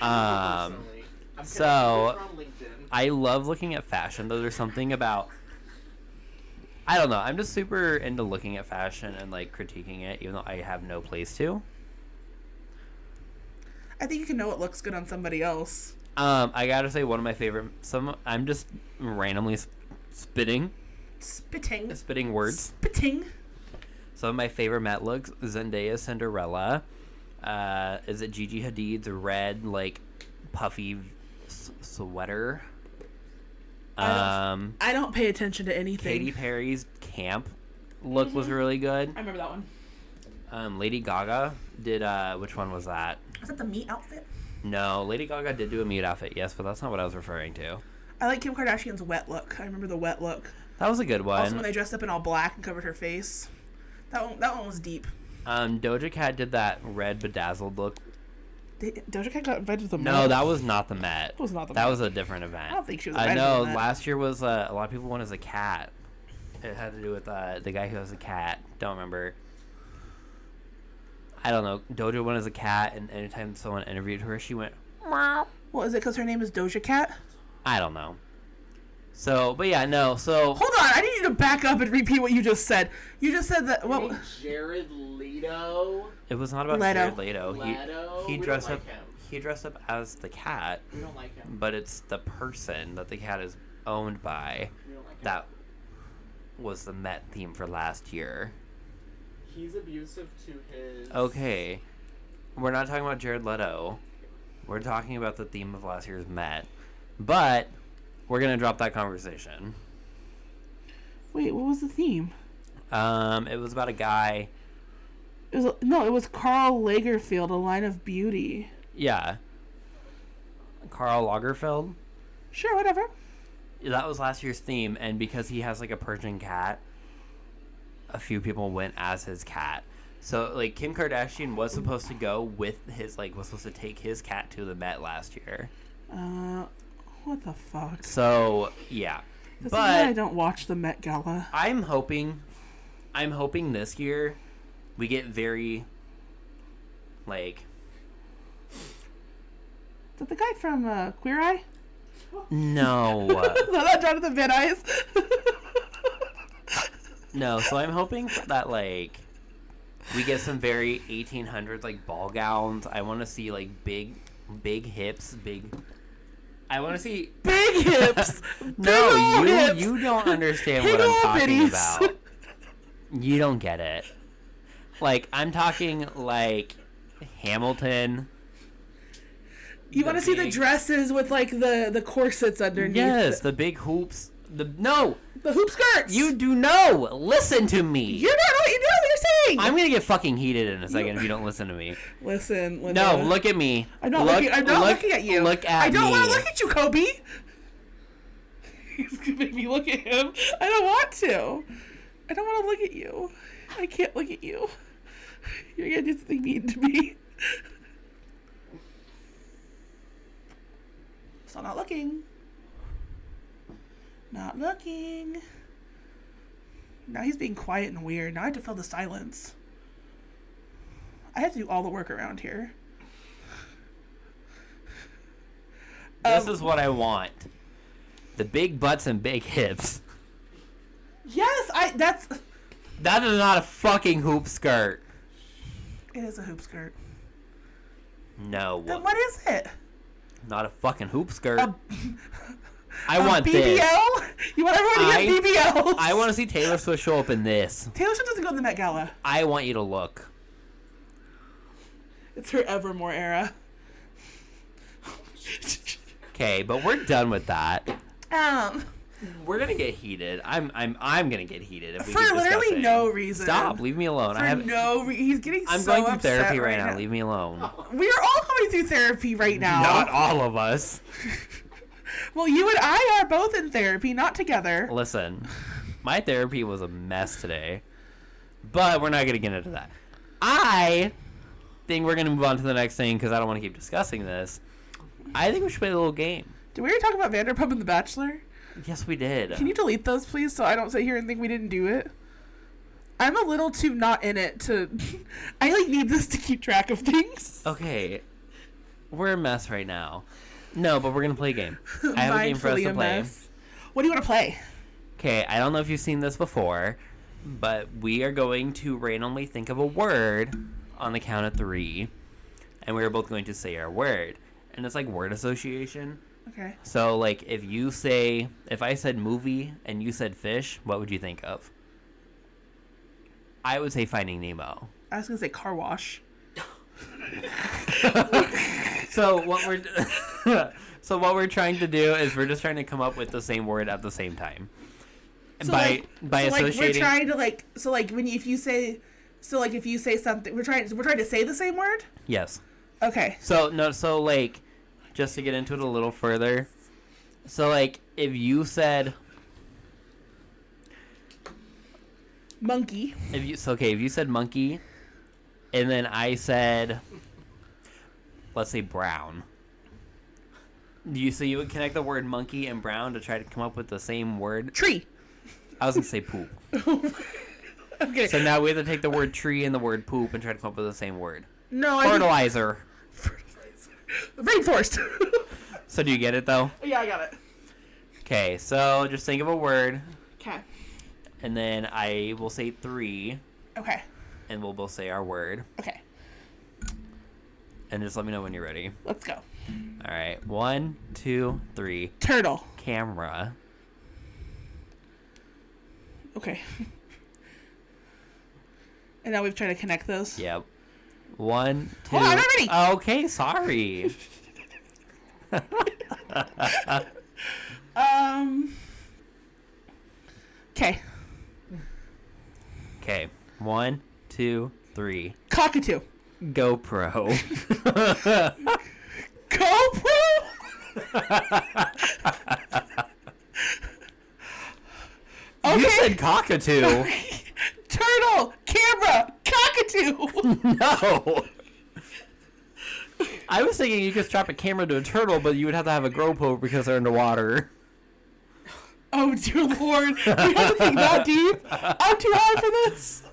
S1: Um,
S4: Personally. I'm
S1: so-
S4: connected with her on LinkedIn.
S1: I love looking at fashion, though. There's something about I don't know. I'm just super into looking at fashion and like critiquing it, even though I have no place to.
S3: I think you can know what looks good on somebody else.
S1: Um, I gotta say, one of my favorite. Some I'm just randomly sp- spitting,
S3: Spitting.
S1: spitting words.
S3: Spitting.
S1: Some of my favorite Met looks: Zendaya Cinderella. Uh, is it Gigi Hadid's red like puffy s- sweater?
S3: I don't-
S1: Um,
S3: I don't pay attention to anything.
S1: Katy Perry's camp look
S3: Mm-hmm.
S1: was really good.
S3: I remember that one.
S1: Um, Lady Gaga did. Uh, which one was that?
S3: Is that the meat outfit?
S1: No, Lady Gaga did do a mute outfit. Yes, but that's not what I was referring to.
S3: I like Kim Kardashian's wet look. I remember the wet look.
S1: That was a good
S3: Also, when
S1: one.
S3: they dressed up in all black and covered her face. That one, that one was deep.
S1: Um, Doja Cat did that red bedazzled look.
S3: They, Doja Cat got invited to the
S1: No,
S3: Met.
S1: that was not the Met.
S3: was not the
S1: That
S3: Met.
S1: was a different event.
S3: I don't think she was
S1: I
S3: invited to
S1: know.
S3: the Met.
S1: Last year was uh, a lot of people went as a cat. It had to do with uh, the guy who has a cat. Don't remember. I don't know. Doja went as a cat, and anytime someone interviewed her, she went,
S3: Well, is it because her name is Doja Cat?
S1: "I don't know." So, but yeah, no. So
S3: Hold on, I need you to back up and repeat what you just said. You just said that.
S4: You
S3: What?
S4: mean Jared Leto.
S1: It was not about
S3: Leto.
S1: Jared Leto. He,
S4: Leto?
S1: he
S4: We don't
S1: dressed
S4: like
S1: up.
S4: him.
S1: He dressed up as the cat,
S4: We don't like him.
S1: but it's the person that the cat is owned by.
S4: We don't like him.
S1: That was the Met theme for last year.
S4: He's abusive to his.
S1: Okay, we're not talking about Jared Leto. We're talking about the theme of last year's Met, but we're gonna drop that conversation.
S3: Wait, what was the theme?
S1: Um, it was about a guy.
S3: It was no, it was Carl Lagerfeld, a line of beauty.
S1: Yeah, Carl Lagerfeld.
S3: Sure, whatever.
S1: that was last year's theme, and because he has like a Persian cat, a few people went as his cat. So like Kim Kardashian was supposed to go with his like was supposed to take his cat to the Met last year.
S3: Uh, what the fuck?
S1: So yeah,
S3: This is why I
S1: but
S3: don't watch the Met Gala.
S1: I'm hoping, I'm hoping this year we get very like
S3: Is that the guy from uh, Queer Eye?
S1: no. uh,
S3: Is that not Jonathan Van Eyes?
S1: No, so I'm hoping that like we get some very 1800s like ball gowns. I want to see like big, big hips, big. I want to see.
S3: Big hips. Big
S1: No,
S3: ol'
S1: you
S3: hips.
S1: you don't understand what
S3: Big
S1: I'm
S3: ol'
S1: talking
S3: bitties.
S1: about. You don't get it. Like I'm talking like Hamilton.
S3: You want to see the
S1: big-
S3: dresses with like the the corsets underneath?
S1: Yes, the big hoops. The no,
S3: The hoop skirts.
S1: you do know. Listen to me.
S3: You don't know what you know. What you're saying.
S1: I'm gonna get fucking heated in a second if you don't listen to me.
S3: Listen, Linda.
S1: No, look at me.
S3: I'm not
S1: Look-
S3: looking. I'm not
S1: look-
S3: looking at you.
S1: Look at
S3: I don't
S1: me.
S3: want to look at you, Kobe. He's gonna make me look at him. I don't want to. I don't want to look at you. I can't look at you. You're gonna do something mean to me. Still not looking. Not looking. Now he's being quiet and weird. Now I have to fill the silence. I have to do all the work around here.
S1: This
S3: Um,
S1: is what I want. The big butts and big hips.
S3: Yes, I. That's.
S1: That is not a fucking hoop skirt.
S3: It is a hoop skirt.
S1: No,
S3: Then what is it?
S1: not a fucking hoop skirt.
S3: A-
S1: I
S3: a
S1: want
S3: BBL?
S1: this.
S3: You want
S1: I-
S3: everyone to get BBLs?
S1: I want to see Taylor Swift show up in this.
S3: Taylor Swift doesn't go to the Met Gala.
S1: I want you to look.
S3: It's her Evermore era.
S1: Okay, but we're done with that.
S3: um,
S1: We're gonna get heated. I'm I'm I'm gonna get heated if we
S3: for
S1: keep
S3: literally
S1: discussing.
S3: no reason.
S1: Stop. Leave me alone.
S3: For
S1: I have.
S3: no reason. He's getting
S1: I'm
S3: so
S1: going through
S3: upset
S1: therapy right,
S3: right Oh,
S1: now. Leave me alone.
S3: We are all going through therapy right now.
S1: Not all of us.
S3: well, you and I are both in therapy, not together.
S1: Listen, my therapy was a mess today, but we're not going to get into that. I think we're going to move on to the next thing because I don't want to keep discussing this. I think we should play a little game.
S3: Did we already talk about Vanderpump and The Bachelor?
S1: Yes, we did.
S3: Can you delete those, please, so I don't sit here and think we didn't do it? I'm a little too not in it to. I like need this to keep track of things.
S1: okay, we're a mess right now. No, but we're gonna play a game. I have a game for us
S3: Mindfully
S1: to
S3: a
S1: play.
S3: mess. What do you want to play?
S1: Okay, I don't know if you've seen this before, but we are going to randomly think of a word on the count of three, and we're both going to say our word. And it's like word association.
S3: Okay.
S1: So, like, if you say, if I said movie and you said fish, what would you think of? I would say Finding Nemo.
S3: I was gonna say car wash.
S1: So what we're so what we're trying to do is we're just trying to come up with the same word at the same time.
S3: So
S1: by
S3: like,
S1: by
S3: so like we're
S1: associating
S3: trying to like so like when you, if you say so like if you say something we're trying we're trying to say the same word.
S1: Yes.
S3: Okay.
S1: So no, so like, just to get into it a little further. So like, if you said,
S3: Monkey.
S1: if you so okay, if you said monkey, and then I said, let's say brown. You so you would connect the word monkey and brown to try to come up with the same word.
S3: Tree.
S1: I was gonna say poop.
S3: Okay.
S1: So now we have to take the word tree and the word poop and try to come up with the same word.
S3: no, I think,
S1: Fertilizer.
S3: fertilizer. Rainforest.
S1: So do you get it though?
S3: yeah, I got it.
S1: Okay, so just think of a word,
S3: Okay.
S1: and then I will say three,
S3: Okay.
S1: and we'll both say our word.
S3: Okay.
S1: And just let me know when you're ready.
S3: Let's go.
S1: All right. One, two, three.
S3: Turtle.
S1: Camera.
S3: Okay. and now we've tried to connect those.
S1: Yep. One, two.
S3: Hold on, I'm not ready.
S1: Okay, sorry.
S3: Um. Okay.
S1: okay. One, two, three.
S3: Cockatoo.
S1: GoPro.
S3: GoPro.
S1: You
S3: Okay.
S1: said cockatoo.
S3: Turtle. Camera. Cockatoo.
S1: no. I was thinking you could strap a camera to a turtle, but you would have to have a GoPro because they're underwater.
S3: oh dear lord. We have to think that deep. I'm too high for this.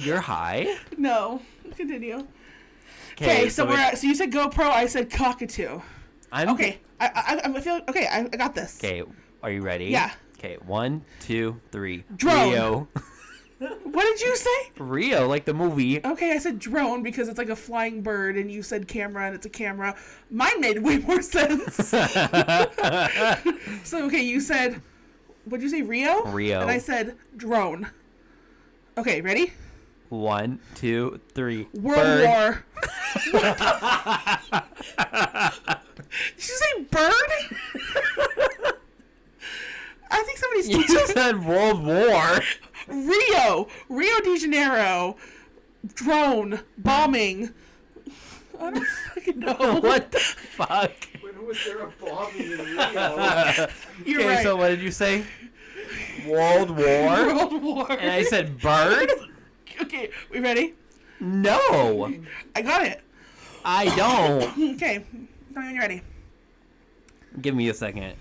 S1: You're high.
S3: No. Continue. Okay, so, we're at, so you said GoPro. I said cockatoo.
S1: I'm
S3: Okay. I I, I- I feel okay. I, I got this.
S1: Okay, are you ready?
S3: Yeah.
S1: Okay, one, two, three.
S3: Drone.
S1: Rio.
S3: What did you say?
S1: Rio, like the movie.
S3: Okay, I said drone because it's like a flying bird, and you said camera, and it's a camera. Mine made way more sense. so okay, you said, what'd you say, Rio?
S1: Rio.
S3: And I said drone. Okay, ready?
S1: one, two, three.
S3: World
S1: Bird.
S3: War. What the- did you say bird? I think somebody's
S1: You just said World War.
S3: Rio, Rio de Janeiro, drone bombing. I don't fucking know.
S1: what the fuck?
S4: When was there a bomb in Rio?
S3: You're
S1: okay,
S3: right.
S1: so what did you say? World War?
S3: World War.
S1: and I said bird?
S3: okay, we ready?
S1: No,
S3: I got it.
S1: I don't.
S3: Okay, tell me when you're ready.
S1: Give me a second.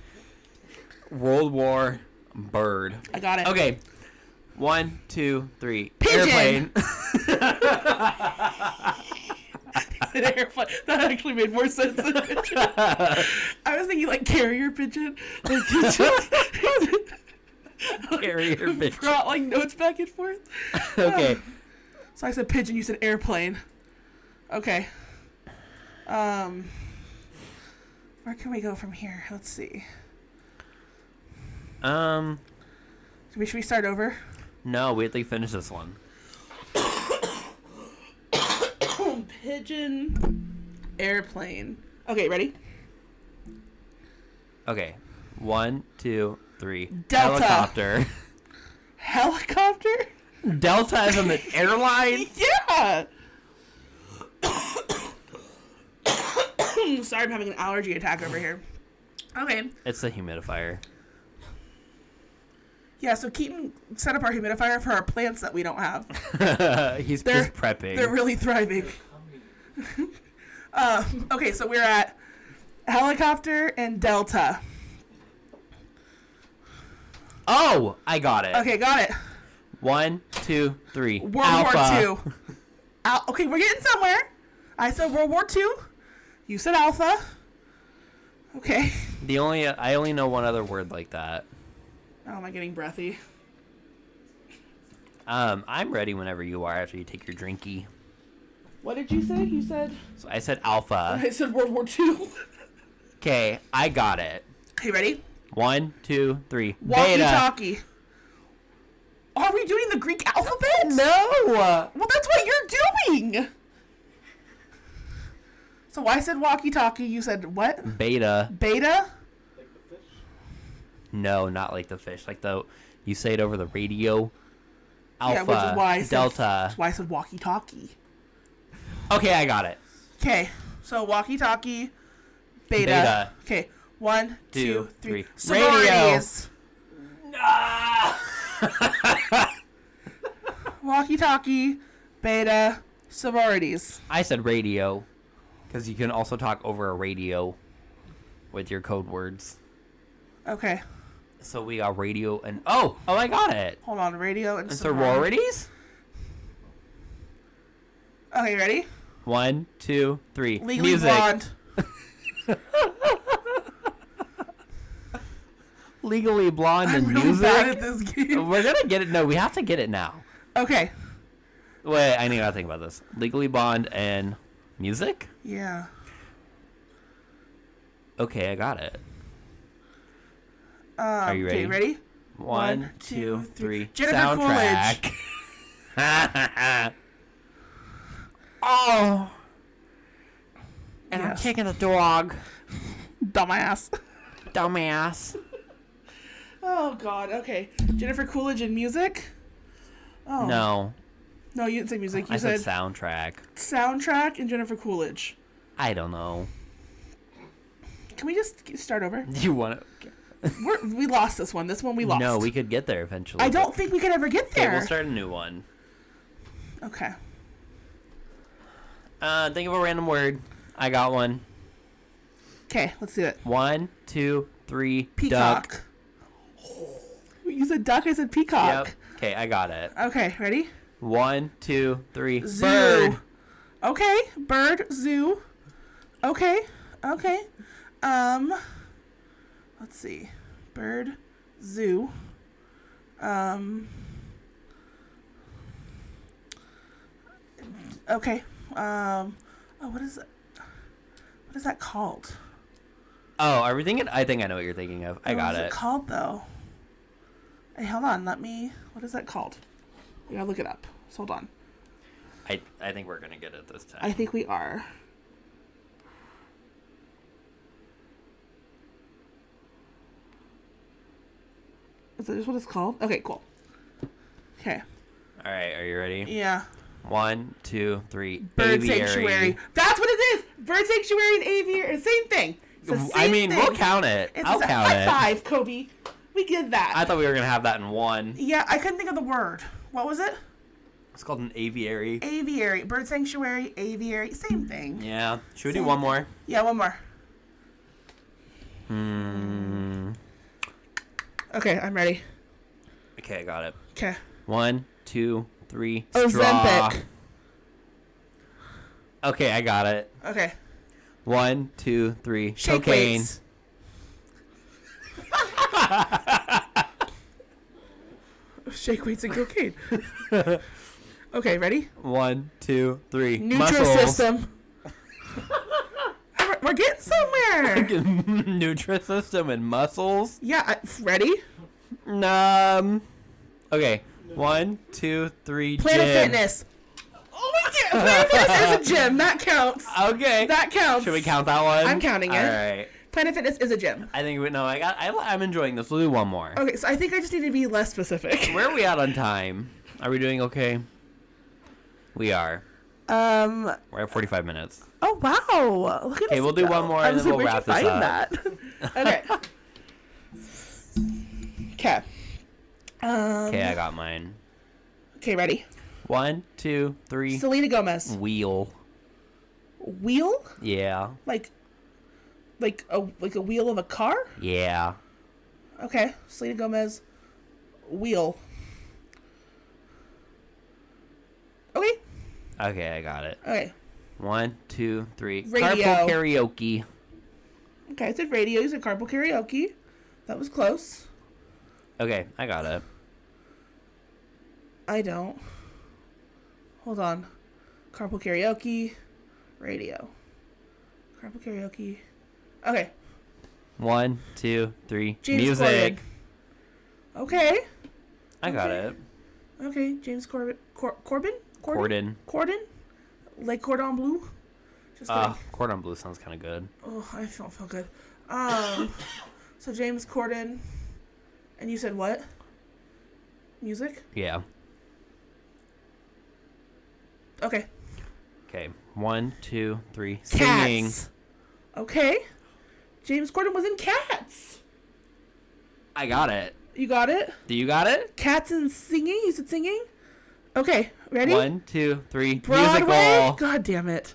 S1: World War, bird.
S3: I got it.
S1: Okay. One, two, three.
S3: Pigeon.
S1: Airplane.
S3: An airplane. That actually made more sense than pigeon. I was thinking like carrier pigeon. Like you just
S1: Carrier pigeon.
S3: brought like notes back and forth.
S1: Okay.
S3: So I said pigeon, you said airplane. Okay. Um where can we go from here? Let's see.
S1: Um.
S3: Should we, should we start over?
S1: No, we have to finish this one.
S3: Pigeon airplane. Okay, ready?
S1: Okay. One, two, three.
S3: Delta.
S1: Helicopter.
S3: Helicopter?
S1: Delta is an airline.
S3: Yeah. Sorry, I'm having an allergy attack over here. Okay.
S1: It's a humidifier.
S3: Yeah, so Keaton set up our humidifier for our plants that we don't have.
S1: He's
S3: They're-
S1: just prepping.
S3: They're really thriving. um, okay, so we're at helicopter, and delta.
S1: Oh, I got it.
S3: Okay, got it.
S1: One, two, three.
S3: World
S1: Alpha.
S3: War Two. Al- okay, we're getting somewhere. I said World War Two. You said Alpha. Okay.
S1: The only I only know one other word like that.
S3: Oh, am I getting breathy?
S1: Um, I'm ready whenever you are after you take your drinky.
S3: What did you say? You said
S1: So I said alpha.
S3: I said World War Two.
S1: Okay, I got it.
S3: Okay, ready?
S1: One, two, three.
S3: Walkie
S1: Beta.
S3: talkie. Are we doing the Greek alphabet?
S1: No.
S3: Well, that's what you're doing. So I said walkie talkie. You said what?
S1: Beta.
S3: Beta?
S4: Like the fish?
S1: No, not like the fish. Like the you say it over the radio. Alpha.
S3: yeah, which is why I said,
S1: Delta.
S3: That's why I said walkie talkie.
S1: Okay, I got it.
S3: Okay, so walkie talkie, beta.
S1: Beta.
S3: Okay, one, two,
S1: Two,
S3: three.
S1: three. Radio.
S3: Sororities. Walkie talkie, beta, sororities.
S1: I said radio because you can also talk over a radio with your code words.
S3: Okay,
S1: So we got radio and oh, oh, I got it.
S3: hold on. Radio and,
S1: And
S3: soror-
S1: sororities.
S3: Okay, ready?
S1: One, two, three.
S3: Legally
S1: Music.
S3: blonde.
S1: Legally blonde
S3: I'm
S1: and
S3: really
S1: music.
S3: bad at this game.
S1: We're gonna get it. No, we have to get it now.
S3: Okay.
S1: Wait, I need to think about this. Legally blonde and music.
S3: Yeah.
S1: Okay, I got it.
S3: Um, Are
S1: you
S3: Okay,
S1: ready?
S3: ready?
S1: One,
S3: One,
S1: two,
S3: two,
S1: three.
S3: three. Jennifer Coolidge.
S1: Soundtrack. oh. And I'm
S3: Yes.
S1: kicking the dog,
S3: Dumbass.
S1: dumbass.
S3: Oh God. Okay. Jennifer Coolidge in music. Oh
S1: No,
S3: No, you didn't say music. You
S1: I said
S3: said,
S1: soundtrack.
S3: soundtrack and Jennifer Coolidge.
S1: I don't know.
S3: Can we just g- start over?
S1: Do you want to?
S3: We're, we lost this one. This one we lost.
S1: No, we could get there eventually.
S3: I
S1: but-
S3: don't think we could ever get
S1: Okay,
S3: there.
S1: we'll start a new one.
S3: okay.
S1: Uh, think of a random word. I got one.
S3: Okay. Let's do it.
S1: One, two, three.
S3: Peacock.
S1: Duck.
S3: You said duck. I said peacock.
S1: Yep. Okay, I got it.
S3: Okay. Ready?
S1: One, two, three.
S3: Zoo.
S1: Bird.
S3: Okay. Bird. Zoo. Okay. Okay. Um. Let's see. Bird. Zoo. Um. Okay. Um. Oh, what is what is that called?
S1: Oh, are we thinking? I think I know what you're thinking of. I
S3: What
S1: got
S3: is
S1: it.
S3: called though? Hey, hold on. Let me. What is that called? I gotta look it up. So hold on.
S1: I, I think we're gonna get it this time.
S3: I think we are. Is that just what it's called? Okay, cool. Okay.
S1: All right, are you ready?
S3: Yeah.
S1: One, two, three.
S3: Bird
S1: Aviary.
S3: sanctuary. That's what it is. Bird sanctuary and aviary. Same thing. It's the same
S1: I mean,
S3: thing.
S1: we'll count it.
S3: It's
S1: I'll
S3: the sa-
S1: count
S3: high
S1: it.
S3: five, Kobe. We did that.
S1: I thought we were gonna have that in one.
S3: yeah, I couldn't think of the word. What was it?
S1: It's called an aviary.
S3: Aviary. Bird sanctuary. Aviary. Same thing. Yeah,
S1: Yeah. Should we do
S3: Same.
S1: one more?
S3: one more.
S1: Hmm.
S3: Okay, I'm ready.
S1: Okay, I got it.
S3: Okay.
S1: One, two, three.
S3: Oh,
S1: Straw.
S3: Ozempic.
S1: Okay, I got it.
S3: Okay.
S1: One, two, three.
S3: Shake
S1: Cocaine.
S3: weights. Shake weights and cocaine. okay, ready?
S1: One, two, three. Muscles.
S3: Nutrisystem. we're, we're getting somewhere.
S1: Nutrisystem and muscles.
S3: Yeah, I, ready?
S1: Um. Okay. One, two, three.
S3: Planet
S1: gym.
S3: Fitness. Oh my god, Planet Fitness is a gym. That counts.
S1: Okay.
S3: That counts.
S1: Should we count that one?
S3: I'm counting it.
S1: All right.
S3: Planet Fitness is a gym.
S1: I think we no. I got. I, I'm enjoying this. We'll do one more.
S3: Okay, so I think I just need to be less specific.
S1: Where are we at on time? Are we doing okay? We are.
S3: Um.
S1: We're at 45 minutes.
S3: Oh wow. Look at
S1: Okay,
S3: us
S1: we'll do
S3: go.
S1: one more
S3: I
S1: and
S3: was
S1: then
S3: like,
S1: we'll
S3: where'd you
S1: wrap
S3: find that? okay. Okay. Um,
S1: Okay, I got mine.
S3: okay, ready.
S1: One, two, three. Mm.
S3: Selena Gomez.
S1: wheel.
S3: Wheel?
S1: Yeah.
S3: Like like a like a wheel of a car.
S1: Yeah.
S3: Okay, Selena Gomez, wheel. Okay,
S1: Okay, I got it.
S3: okay,
S1: One, two, three.
S3: Radio.
S1: Carpool karaoke.
S3: okay. I said radio. You said carpool karaoke. That was close.
S1: Okay, I got it.
S3: I don't. Hold on. Carpool karaoke, radio. Carpool karaoke. Okay,
S1: One, two, three.
S3: James
S1: Music.
S3: Corden. Okay,
S1: I got
S3: Okay.
S1: it.
S3: okay. James Corbin. Cor- Corbin.
S1: Corden.
S3: Corden. Like cordon bleu. Just
S1: Ah,
S3: kidding.
S1: Cordon Bleu sounds kind of good.
S3: Oh, I don't feel good. Um, so James Corden, and you said what? Music.
S1: Yeah.
S3: Okay.
S1: Okay. One, two, three.
S3: Cats.
S1: Singing.
S3: Okay. James Corden was in Cats.
S1: I got it.
S3: You got it.
S1: Do you got it?
S3: Cats and singing. You said singing. Okay. Ready?
S1: One, two, three.
S3: Broadway.
S1: Musical.
S3: God damn it.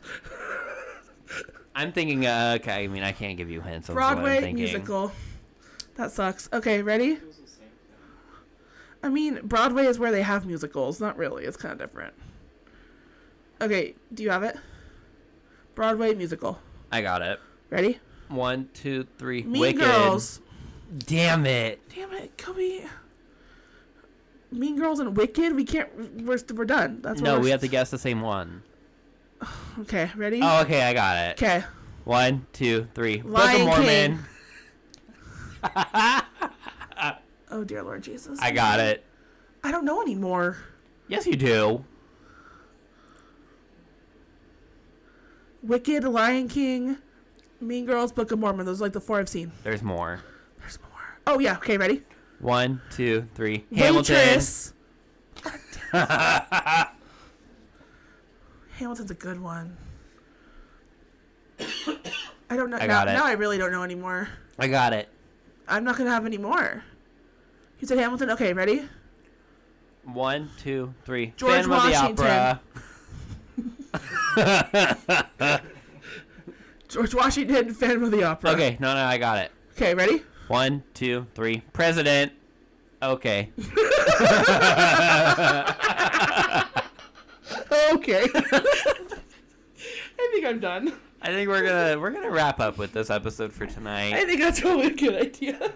S1: I'm thinking. Uh, okay. I mean, I can't give you hints. of what I'm
S3: Broadway
S1: thinking.
S3: musical. That sucks. Okay. Ready?
S4: It was the same thing.
S3: I mean, Broadway is where they have musicals. Not really. It's kind of different. Okay, do you have it? Broadway musical.
S1: I got it.
S3: Ready?
S1: One, two, three.
S3: Mean
S1: Wicked.
S3: Girls.
S1: Damn it.
S3: Damn it, Kobe. Mean Girls and Wicked. We can't. We're we're done. That's
S1: no,
S3: what
S1: we
S3: we're-
S1: have to guess the same one.
S3: Okay, ready?
S1: Oh, okay. I got it.
S3: Okay.
S1: One, two, three. Book of
S3: Lion
S1: Mormon.
S3: King. Oh dear Lord Jesus.
S1: I got it.
S3: I don't know anymore.
S1: Yes, you do.
S3: Wicked, Lion King, Mean Girls, Book of Mormon. Those are like the four I've seen.
S1: There's more.
S3: There's more. Oh yeah. Okay, ready?
S1: One, two, three.
S3: Waitress.
S1: Hamilton.
S3: Hamilton's a good one. I don't know.
S1: I
S3: now,
S1: got it.
S3: now I really don't know anymore.
S1: I got it.
S3: I'm not gonna have any more. You said Hamilton. Okay, ready?
S1: One, two, three.
S3: George
S1: Phantom of
S3: Washington.
S1: the Opera.
S3: George Washington, Phantom of the Opera.
S1: okay, no, no, I got it.
S3: Okay, ready?
S1: One, two, three. President. Okay.
S3: Okay. I think I'm done.
S1: I think we're gonna we're gonna wrap up with this episode for tonight.
S3: I think that's probably a good idea.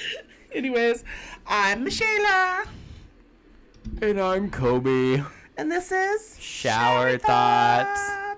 S3: Anyways, I'm Michaela,
S1: And I'm Kobe.
S3: and this is
S1: Shower thoughts.